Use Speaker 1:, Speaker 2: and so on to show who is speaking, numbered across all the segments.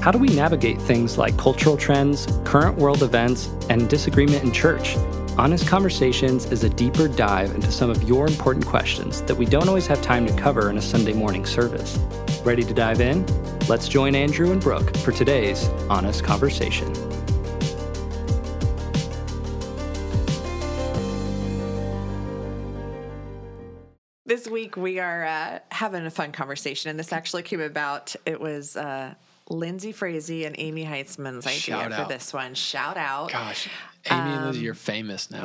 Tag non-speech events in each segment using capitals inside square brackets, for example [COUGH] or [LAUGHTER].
Speaker 1: how do we navigate things like cultural trends, current world events, and disagreement in church? Honest Conversations is a deeper dive into some of your important questions that we don't always have time to cover in a Sunday morning service. Ready to dive in? Let's join Andrew and Brooke for today's Honest Conversation.
Speaker 2: This week we are uh, having a fun conversation, and this actually came about. It was uh, Lindsay Frazee and Amy Heitzman's idea
Speaker 3: Shout
Speaker 2: for
Speaker 3: out.
Speaker 2: this one. Shout out!
Speaker 3: Gosh, Amy and Lizzie, you're famous now.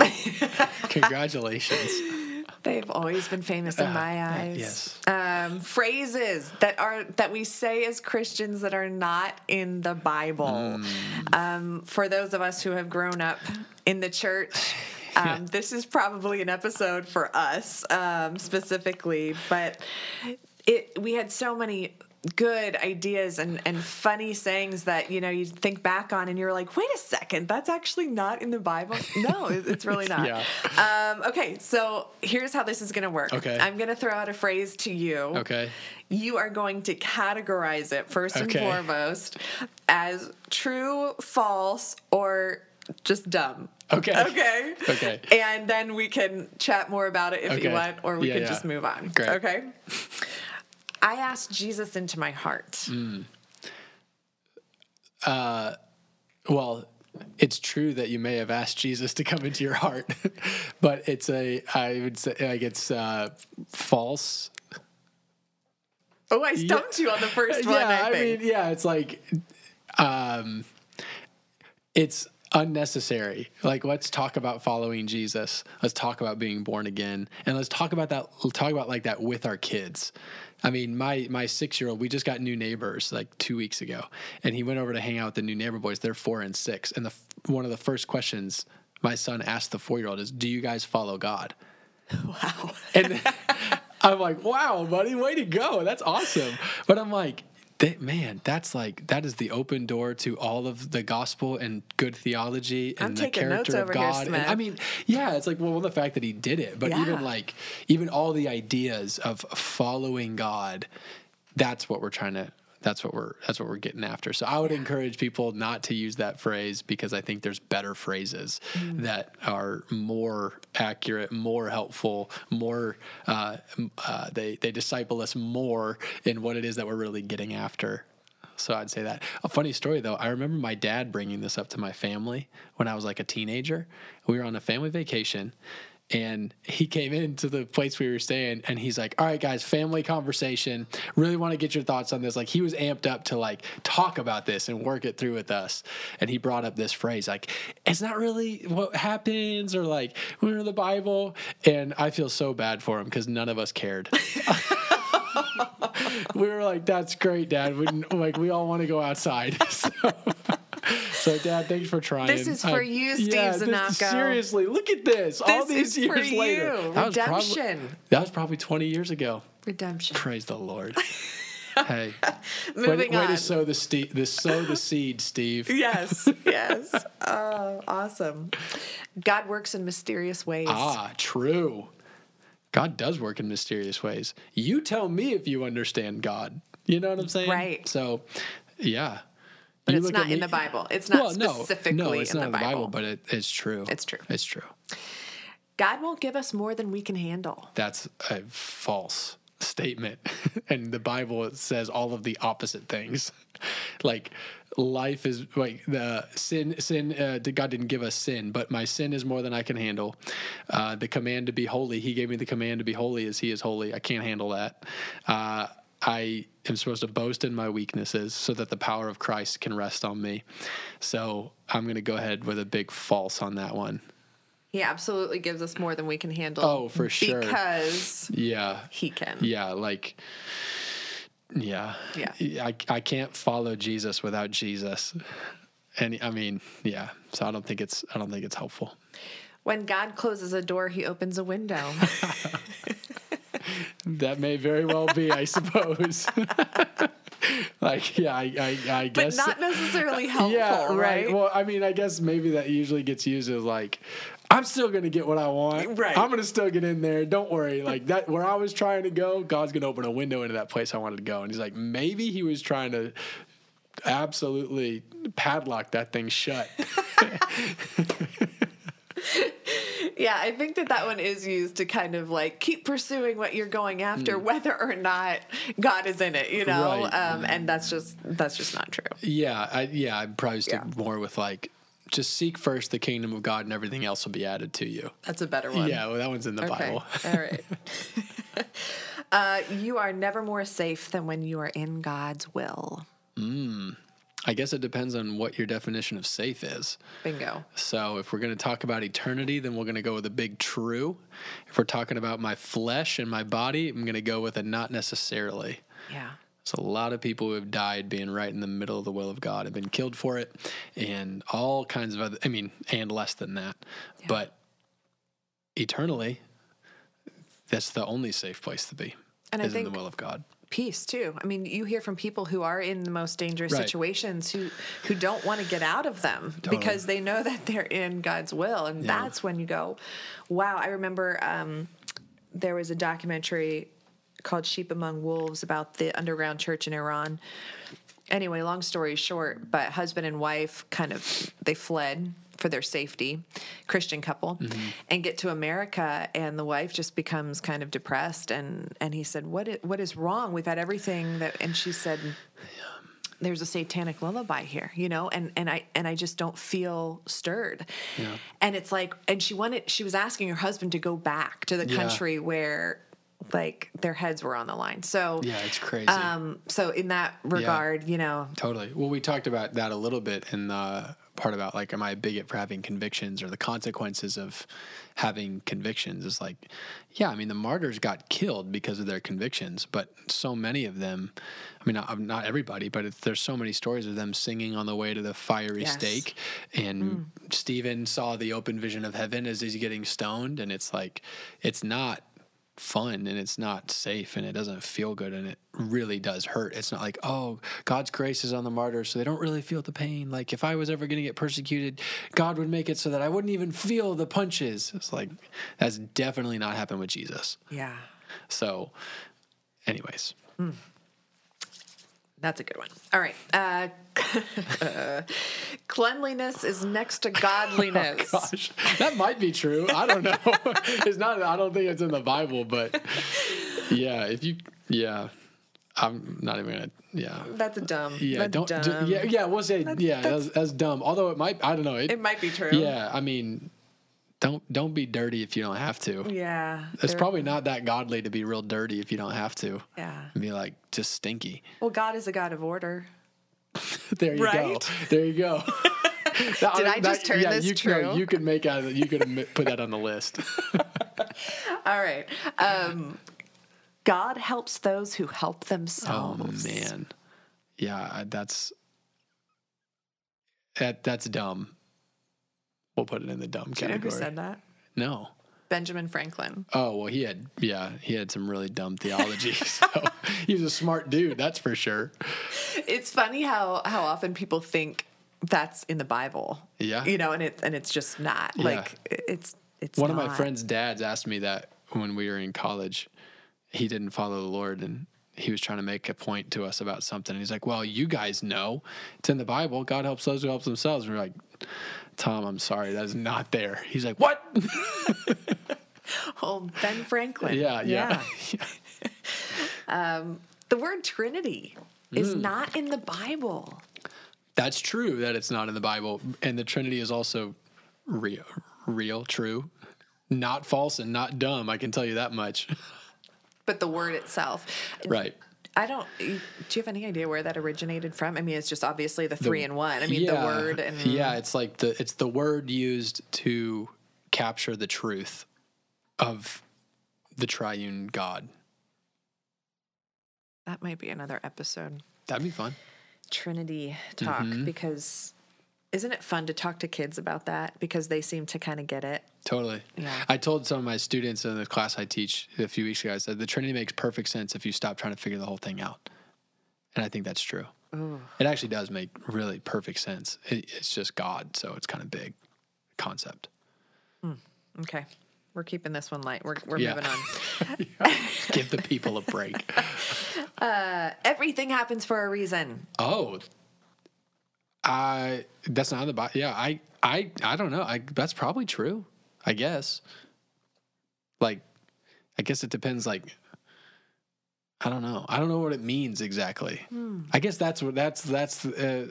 Speaker 3: Congratulations.
Speaker 2: They've always been famous in
Speaker 3: Uh,
Speaker 2: my
Speaker 3: uh,
Speaker 2: eyes.
Speaker 3: yes.
Speaker 2: Um, phrases that are that we say as Christians that are not in the Bible.
Speaker 3: Mm.
Speaker 2: Um, for those of us who have grown up in the
Speaker 3: [LAUGHS]
Speaker 2: church, um, this is probably an episode for us um, specifically. But it we had so many good ideas and, and funny sayings that you know you think back on and you're like wait a second that's actually not in the bible no it- it's
Speaker 3: [LAUGHS]
Speaker 2: really not
Speaker 3: Yeah.
Speaker 2: um, okay, so here's how this is going to work.
Speaker 3: Okay.
Speaker 2: I'm going to throw out a phrase to you.
Speaker 3: Okay.
Speaker 2: You are going to categorize it first
Speaker 3: Okay.
Speaker 2: and foremost as true, false, or just dumb.
Speaker 3: Okay.
Speaker 2: Okay.
Speaker 3: [LAUGHS] Okay.
Speaker 2: And then we can chat more about it if you
Speaker 3: Okay.
Speaker 2: want, or we
Speaker 3: Yeah,
Speaker 2: can
Speaker 3: yeah.
Speaker 2: just move on.
Speaker 3: Great.
Speaker 2: Okay. I asked Jesus into my heart.
Speaker 3: Mm. Well, it's true that you may have asked Jesus to come into your heart, [LAUGHS] but it's a, I would say, like it's uh, false.
Speaker 2: Oh, I stumped you on the first one.
Speaker 3: [LAUGHS] yeah,
Speaker 2: I,
Speaker 3: I
Speaker 2: think.
Speaker 3: mean, yeah, it's like, um, it's unnecessary. Like, let's talk about following Jesus. Let's talk about being born again, and let's talk about that. Talk about like that with our kids. I mean, my my six year old. We just got new neighbors like two weeks ago, and he went over to hang out with the new neighbor boys. They're four and six, and the f- one of the first questions my son asked the four year old is, "Do you guys follow God?" and [LAUGHS] I'm like, wow, buddy, way to go. That's awesome. But I'm like, that, man, that's like that is the open door to all of the gospel and good theology and
Speaker 2: I'm
Speaker 3: the
Speaker 2: taking notes
Speaker 3: character of
Speaker 2: over here,
Speaker 3: God. And
Speaker 2: Smith.
Speaker 3: I mean, yeah, it's like well, the fact that he did it, but
Speaker 2: Yeah.
Speaker 3: even like even all the ideas of following God, that's what we're trying to. That's what we're that's what we're getting after. So I would encourage people not to use that phrase because I think there's better phrases that are more accurate, more helpful, more uh, m- uh, they they disciple us more in what it is that we're really getting after. So I'd say that. A funny story though, I remember my dad bringing this up to my family when I was like a teenager. We were on a family vacation and he came into the place we were staying and he's like, "All right guys, family conversation. Really want to get your thoughts on this." Like he was amped up to like talk about this and work it through with us. And he brought up this phrase like, "It's not really what happens or like we're in the Bible." And I feel so bad for him cuz none of us cared we were like, "That's great, Dad." We like we all want to go outside. [LAUGHS] so, so, Dad, thanks for trying.
Speaker 2: This is for you, Steve
Speaker 3: this-
Speaker 2: Zanaco.
Speaker 3: seriously, look at this. all
Speaker 2: This
Speaker 3: these
Speaker 2: is for
Speaker 3: years later,
Speaker 2: you.
Speaker 3: was probably-
Speaker 2: Redemption.
Speaker 3: that was probably twenty years ago.
Speaker 2: Redemption.
Speaker 3: Praise
Speaker 2: [LAUGHS]
Speaker 3: the Lord. hey, way,
Speaker 2: Moving
Speaker 3: to- way
Speaker 2: on.
Speaker 3: to sow the ste- the sow the seed,
Speaker 2: [LAUGHS]
Speaker 3: Steve.
Speaker 2: yes, yes.
Speaker 3: [LAUGHS]
Speaker 2: Oh, awesome. God works in mysterious ways.
Speaker 3: Ah, true. God does work in mysterious ways. You tell me if you understand God. You know what I'm saying?
Speaker 2: Right.
Speaker 3: So, yeah.
Speaker 2: but
Speaker 3: You
Speaker 2: it's
Speaker 3: look at
Speaker 2: not in
Speaker 3: me-
Speaker 2: the Bible. It's not specifically
Speaker 3: no, it's
Speaker 2: in,
Speaker 3: not
Speaker 2: the Bible.
Speaker 3: but it, it's true.
Speaker 2: It's true.
Speaker 3: It's true.
Speaker 2: God won't give us more than we can handle.
Speaker 3: That's a false statement, [LAUGHS] and the Bible says all of the opposite things. [LAUGHS] Like life is like the sin. Sin. Uh, God didn't give us sin, but my sin is more than I can handle. Uh, the command to be holy. He gave me the command to be holy as He is holy. I can't handle that. Uh, I am supposed to boast in my weaknesses so that the power of Christ can rest on me. So I'm going to go ahead with a big false on that one.
Speaker 2: He absolutely gives us more than we can handle.
Speaker 3: Oh, for sure.
Speaker 2: Because
Speaker 3: Yeah.
Speaker 2: he can.
Speaker 3: Yeah, like yeah.
Speaker 2: Yeah.
Speaker 3: I I can't follow Jesus without Jesus. And I mean, yeah. So I don't think it's I don't think it's helpful.
Speaker 2: When God closes a door, he opens a
Speaker 3: [LAUGHS]
Speaker 2: window.
Speaker 3: That may very well
Speaker 2: [LAUGHS]
Speaker 3: be, I suppose. [LAUGHS] like yeah, I I, I
Speaker 2: but
Speaker 3: guess
Speaker 2: not necessarily helpful,
Speaker 3: [LAUGHS] yeah,
Speaker 2: right?
Speaker 3: Well, I mean, I guess maybe that usually gets used as like, I'm still gonna get what I want.
Speaker 2: Right.
Speaker 3: I'm gonna still get in there. Don't worry. Like that, where I was trying to go, God's gonna open a window into that place I wanted to go. And he's like, maybe he was trying to absolutely padlock that
Speaker 2: [LAUGHS]
Speaker 3: thing shut.
Speaker 2: Yeah, I think that that one is used to kind of like keep pursuing what you're going after, whether or not God is in it, you know.
Speaker 3: Mm. Right.
Speaker 2: Um, and that's just that's just not true.
Speaker 3: yeah, I, yeah, I'd probably stick
Speaker 2: Yeah.
Speaker 3: more with like just seek first the kingdom of God and everything else will be added to you.
Speaker 2: That's a better one.
Speaker 3: Yeah, well, that one's in the
Speaker 2: Um, Okay.
Speaker 3: Bible.
Speaker 2: All
Speaker 3: [LAUGHS]
Speaker 2: right. [LAUGHS] uh, you are never more safe than when you are in God's will.
Speaker 3: I guess it depends on what your definition of safe is.
Speaker 2: Bingo.
Speaker 3: So if we're going to talk about eternity, then we're going to go with a big true. If we're talking about my flesh and my body, I'm going to go with a not necessarily.
Speaker 2: Yeah.
Speaker 3: There's a lot of people who have died being right in the middle of the will of God, have been killed for it, and all kinds of other, I mean, and less than that. But eternally, that's the only safe place to be.
Speaker 2: And I
Speaker 3: is in
Speaker 2: think-
Speaker 3: the will of God.
Speaker 2: Peace too. I mean, you hear from people who are in the most dangerous
Speaker 3: Right.
Speaker 2: situations who who don't want to get out of them because they know that they're in God's will, and that's when you go, "Wow!" I remember um, there was a documentary called "Sheep Among Wolves" about the underground church in Iran. Anyway, long story short, but husband and wife kind of they fled for their safety, Christian couple,
Speaker 3: Mm-hmm.
Speaker 2: and get to America, and the wife just becomes kind of depressed, and and he said, "What is, what is wrong? We've had everything that," and she
Speaker 3: [SIGHS]
Speaker 2: said, there's a satanic lullaby here, you know, and and I and I just don't feel stirred. And it's like, and she wanted, she was asking her husband to go back to the
Speaker 3: Yeah.
Speaker 2: country where, like, their heads were on the line. So
Speaker 3: Yeah, it's crazy.
Speaker 2: Um, so in that regard, you know,
Speaker 3: Totally. Well, we talked about that a little bit in the part about like, am I a bigot for having convictions or the consequences of having convictions? Is like, yeah, I mean, the martyrs got killed because of their convictions, but so many of them, I mean, not, not everybody, but it's, there's so many stories of them singing on the way to the fiery
Speaker 2: Yes.
Speaker 3: stake. And Stephen saw the open vision of heaven as he's getting stoned. And it's like, it's not fun and it's not safe and it doesn't feel good and it really does hurt. It's not like, oh, God's grace is on the martyrs, so they don't really feel the pain. Like if I was ever going to get persecuted, God would make it so that I wouldn't even feel the punches. It's like that's definitely not happened with Jesus.
Speaker 2: yeah,
Speaker 3: So, anyways,
Speaker 2: that's a good one. All right, uh, uh, [LAUGHS] cleanliness is next
Speaker 3: [LAUGHS]
Speaker 2: to godliness.
Speaker 3: gosh, that might be true. I don't know. [LAUGHS] it's not. I don't think it's in the Bible, but yeah, if you, yeah, I'm not even gonna. Yeah.
Speaker 2: That's a dumb.
Speaker 3: Yeah,
Speaker 2: that's
Speaker 3: don't. d-
Speaker 2: Dumb.
Speaker 3: yeah, yeah, we'll say. yeah, that's, that's, dumb. Although it might, I don't know. It,
Speaker 2: It might be true.
Speaker 3: yeah, I mean, don't don't be dirty if you don't have to.
Speaker 2: Yeah.
Speaker 3: It's
Speaker 2: there-
Speaker 3: probably not that godly to be real dirty if you don't have to.
Speaker 2: Yeah.
Speaker 3: And be like just
Speaker 2: [LAUGHS]
Speaker 3: stinky.
Speaker 2: Well, God is a God of order.
Speaker 3: There you go.
Speaker 2: Right?
Speaker 3: There you go. That-
Speaker 2: [LAUGHS] Did I just turn this
Speaker 3: you,
Speaker 2: true?
Speaker 3: you could make out. of- You could admit- put that on the list.
Speaker 2: All right. Um, God helps those who help
Speaker 3: Oh
Speaker 2: themselves.
Speaker 3: man, yeah, I- that's that. That's dumb. We'll put it in the dumb
Speaker 2: Do you know who
Speaker 3: category.
Speaker 2: said that?
Speaker 3: No.
Speaker 2: Benjamin Franklin.
Speaker 3: Oh well, he had yeah, he had some really dumb theology. [LAUGHS] so he was a smart dude, that's for sure.
Speaker 2: It's funny how how often people think that's in the Bible.
Speaker 3: Yeah.
Speaker 2: You know, and it and it's just not. Like it's it's
Speaker 3: One of my
Speaker 2: not.
Speaker 3: friends' dads asked me that when we were in college. He didn't follow the Lord, and he was trying to make a point to us about something. And he's like, "Well, you guys know it's in the Bible. God helps those who help themselves." And we're like, "Tom, I'm sorry, that is not there." He's like, "What?" [LAUGHS]
Speaker 2: Oh, Ben Franklin.
Speaker 3: yeah, yeah,
Speaker 2: The word Trinity is
Speaker 3: Mm.
Speaker 2: not in the Bible.
Speaker 3: That's true that it's not in the Bible, and the Trinity is also real, real, true, not false, and not dumb. I can tell you that much.
Speaker 2: But the word itself.
Speaker 3: [LAUGHS] Right.
Speaker 2: I don't. Do you have any idea where that originated from? I mean, it's just obviously the three and one. I mean, the word and
Speaker 3: yeah, it's like the it's the word used to capture the truth of the triune God.
Speaker 2: that might be another episode.
Speaker 3: That'd be fun.
Speaker 2: Trinity talk
Speaker 3: Mm-hmm.
Speaker 2: because isn't it fun to talk to kids about that because they seem to kind of get it.
Speaker 3: Totally.
Speaker 2: Yeah.
Speaker 3: I told some of my students in the class I teach a few weeks ago. I said the Trinity makes perfect sense if you stop trying to figure the whole thing out, and I think that's true. It actually does make really perfect sense. It, it's just God, so it's kind of big concept.
Speaker 2: Okay. We're keeping this one light. We're, we're
Speaker 3: Yeah.
Speaker 2: moving on.
Speaker 3: [LAUGHS] Give the people a break.
Speaker 2: Everything happens for a reason.
Speaker 3: Oh, I that's not in the Bible. Yeah, I I I don't know. I that's probably true. I guess. Like, I guess it depends. Like, I don't know. I don't know what it means exactly.
Speaker 2: Hmm.
Speaker 3: I guess that's what that's that's. Uh,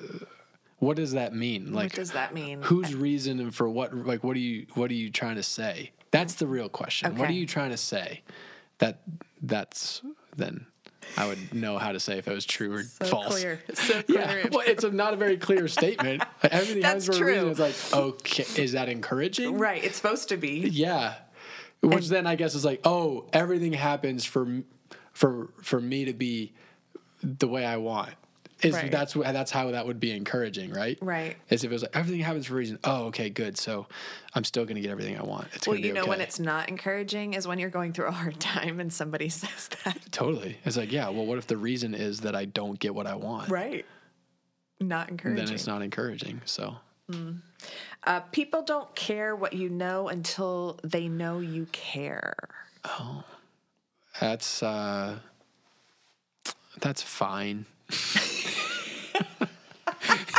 Speaker 3: what does that mean? Like,
Speaker 2: what does that mean?
Speaker 3: whose reason and for what like what are you what are you trying to say that's the real question what are
Speaker 2: Okay.
Speaker 3: you trying to say that that's then i would know how to say if it was true or
Speaker 2: so
Speaker 3: false
Speaker 2: clear. So clear.
Speaker 3: [LAUGHS] yeah well it's a, not a very clear
Speaker 2: [LAUGHS]
Speaker 3: statement everything
Speaker 2: That's
Speaker 3: has a reason
Speaker 2: true.
Speaker 3: it's like okay is that encouraging
Speaker 2: Right. It's supposed to be.
Speaker 3: yeah which then i guess is like oh everything happens for m- for for me to be the way i want is
Speaker 2: Right.
Speaker 3: that's wh- that's how that would be encouraging right
Speaker 2: Right.
Speaker 3: as if it was like everything happens for a reason oh okay good so i'm still gonna get everything i want it's
Speaker 2: Well,
Speaker 3: gonna be
Speaker 2: you know
Speaker 3: okay.
Speaker 2: when it's not encouraging is when you're going through a hard [LAUGHS] time and somebody says that.
Speaker 3: totally it's like yeah well what if the reason is that i don't get what i want
Speaker 2: Right. Not encouraging.
Speaker 3: then it's not encouraging so
Speaker 2: Uh, people don't care what you know until they know you care.
Speaker 3: that's uh that's fine [LAUGHS]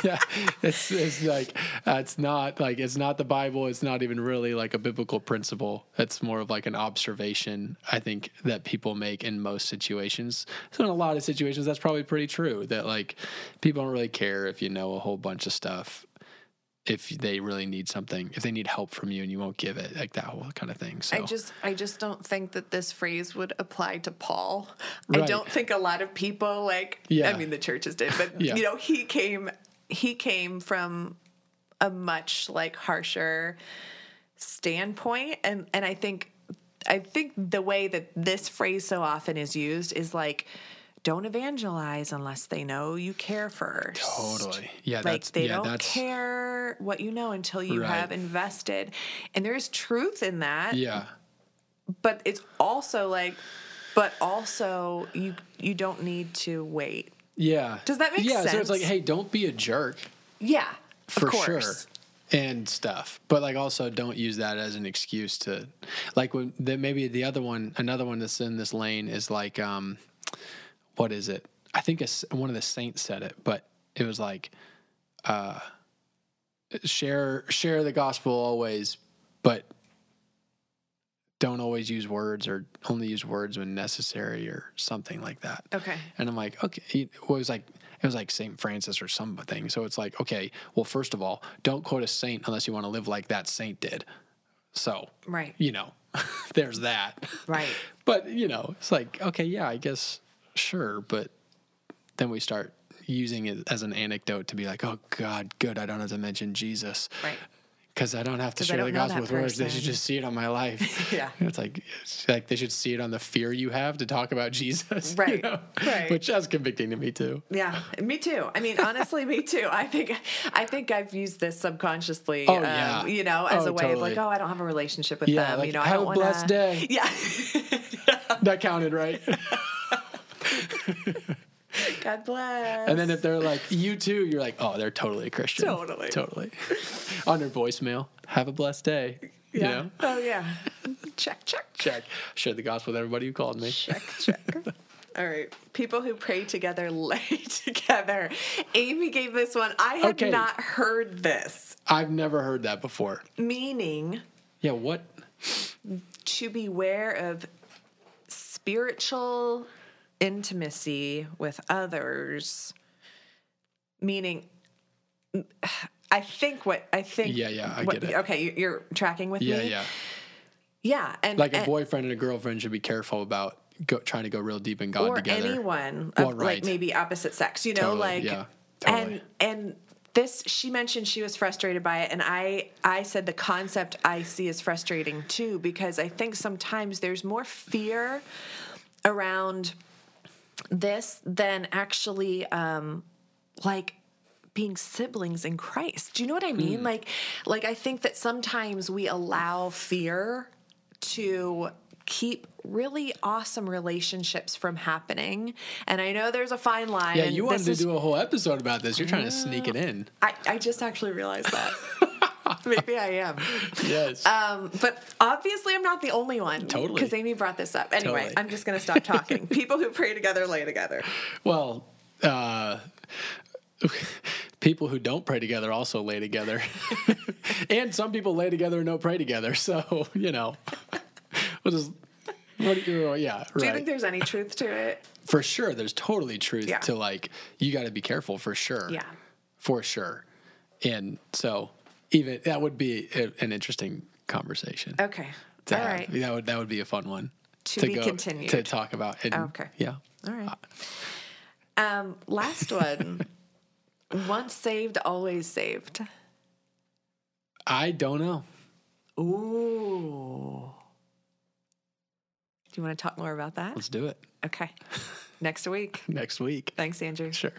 Speaker 3: yeah it's, it's like uh, it's not like it's not the bible it's not even really like a biblical principle it's more of like an observation i think that people make in most situations so in a lot of situations that's probably pretty true that like people don't really care if you know a whole bunch of stuff if they really need something if they need help from you and you won't give it like that whole kind of thing so
Speaker 2: I just I just don't think that this phrase would apply to Paul. I
Speaker 3: Right.
Speaker 2: don't think a lot of people like
Speaker 3: Yeah.
Speaker 2: I mean the churches did, but
Speaker 3: Yeah.
Speaker 2: you know, he came he came from a much like harsher standpoint and and I think I think the way that this phrase so often is used is like don't evangelize unless they know you care first.
Speaker 3: totally yeah
Speaker 2: Like
Speaker 3: that's
Speaker 2: they
Speaker 3: yeah
Speaker 2: don't
Speaker 3: that's
Speaker 2: care what you know until you
Speaker 3: Right.
Speaker 2: have invested. And there is truth in that,
Speaker 3: yeah
Speaker 2: but it's also like but also you you don't need to wait.
Speaker 3: Yeah.
Speaker 2: Does that make
Speaker 3: yeah, Yeah, so it's like,
Speaker 2: sense?
Speaker 3: hey, don't be a jerk
Speaker 2: Yeah.
Speaker 3: for
Speaker 2: of course.
Speaker 3: sure. And stuff. But like also don't use that as an excuse to like when then maybe the other one another one that's in this lane is like um what is it? I think it's one of the saints said it, but it was like uh share share the gospel always, but don't always use words or only use words when necessary or something like that.
Speaker 2: Okay.
Speaker 3: And I'm like, okay, it was like it was like St. Francis or something. So it's like, okay, well, first of all, don't quote a saint unless you want to live like that saint did. So,
Speaker 2: Right.
Speaker 3: you know, [LAUGHS] there's that.
Speaker 2: Right.
Speaker 3: But, you know, it's like, okay, yeah, I guess sure, but then we start using it as an anecdote to be like, oh god, good, I don't have to mention Jesus.
Speaker 2: Right.
Speaker 3: Because I don't have to
Speaker 2: 'Cause I
Speaker 3: share the
Speaker 2: don't know
Speaker 3: gospel
Speaker 2: that
Speaker 3: with words. They
Speaker 2: person.
Speaker 3: should just see it on
Speaker 2: [LAUGHS]
Speaker 3: my life.
Speaker 2: Yeah.
Speaker 3: It's like, it's like they should see it on the fear you have to talk about [LAUGHS] Jesus. you
Speaker 2: Right.
Speaker 3: know?
Speaker 2: Right.
Speaker 3: Which that's convicting to me too.
Speaker 2: Yeah, me too. I mean, honestly, me too. I think I think I've used this subconsciously, um,
Speaker 3: Oh, yeah.
Speaker 2: you know, as
Speaker 3: Oh,
Speaker 2: a way
Speaker 3: totally.
Speaker 2: of like, oh, I don't have a relationship with
Speaker 3: Yeah,
Speaker 2: them,
Speaker 3: like,
Speaker 2: you know, I
Speaker 3: have
Speaker 2: don't
Speaker 3: a
Speaker 2: want
Speaker 3: blessed day.
Speaker 2: [LAUGHS] Yeah,
Speaker 3: That counted, right?
Speaker 2: God bless.
Speaker 3: and then if they're like, you too, you're like, oh, they're totally a Christian.
Speaker 2: Totally.
Speaker 3: Totally. [LAUGHS] on their voicemail, have a blessed day. You
Speaker 2: yeah.
Speaker 3: know?
Speaker 2: Oh yeah. check, check,
Speaker 3: Check. Share the gospel with everybody who called me.
Speaker 2: check, check. [LAUGHS] All right. People who pray together [LAUGHS] lay together. Amy gave this one. I had
Speaker 3: Okay.
Speaker 2: not heard this.
Speaker 3: I've never heard that before.
Speaker 2: Meaning
Speaker 3: Yeah, what?
Speaker 2: to beware of spiritual intimacy with others. Meaning [SIGHS] I think what I think
Speaker 3: Yeah, yeah, I
Speaker 2: what-
Speaker 3: get it.
Speaker 2: Okay, you- you're tracking with
Speaker 3: Yeah,
Speaker 2: me. Eh.
Speaker 3: yeah.
Speaker 2: Yeah, and
Speaker 3: Like a
Speaker 2: and-
Speaker 3: boyfriend and a girlfriend should be careful about go, trying to go real deep in God
Speaker 2: or
Speaker 3: together.
Speaker 2: anyone
Speaker 3: Well,
Speaker 2: of
Speaker 3: right.
Speaker 2: like maybe opposite sex you know
Speaker 3: Totally,
Speaker 2: like
Speaker 3: yeah,
Speaker 2: and
Speaker 3: totally.
Speaker 2: and this she mentioned she was frustrated by it and i i said the concept i see is frustrating too because i think sometimes there's more fear around this than actually um like being siblings in Christ. Do you know what I
Speaker 3: Mm.
Speaker 2: mean? Like like I think that sometimes we allow fear to keep really awesome relationships from happening. And I know there's a fine line.
Speaker 3: Yeah,
Speaker 2: and
Speaker 3: you wanted
Speaker 2: this
Speaker 3: to
Speaker 2: is- Ah.
Speaker 3: do a whole episode about this. You're trying to sneak it in.
Speaker 2: I, I just actually realized
Speaker 3: [LAUGHS]
Speaker 2: that. Maybe I am.
Speaker 3: Yes.
Speaker 2: Um, but obviously, I'm not the only one.
Speaker 3: Totally.
Speaker 2: Because Amy brought this up. Anyway,
Speaker 3: Totally.
Speaker 2: I'm just going to stop
Speaker 3: [LAUGHS]
Speaker 2: talking. People who pray together lay together.
Speaker 3: Well, uh, [LAUGHS] people who don't pray together also lay together. [LAUGHS] and some people lay together and don't pray together. So, you know, [LAUGHS] we'll just, what, do you- oh, yeah,
Speaker 2: Do you
Speaker 3: right.
Speaker 2: think there's any truth to it?
Speaker 3: for sure, there's totally truth
Speaker 2: Yeah.
Speaker 3: to like, you got to be careful for sure.
Speaker 2: Yeah.
Speaker 3: For sure. And so, even that would be a, an interesting conversation.
Speaker 2: Okay.
Speaker 3: to
Speaker 2: All
Speaker 3: have.
Speaker 2: right.
Speaker 3: That would that would be a fun one
Speaker 2: To be continued.
Speaker 3: to talk about. And,
Speaker 2: Okay.
Speaker 3: Yeah.
Speaker 2: All right. Um, last one. [LAUGHS] Once saved, always saved.
Speaker 3: I don't know.
Speaker 2: Ooh. Do you want to talk more about that?
Speaker 3: Let's do it
Speaker 2: Okay. Next week.
Speaker 3: next week.
Speaker 2: Thanks, Andrew.
Speaker 3: Sure.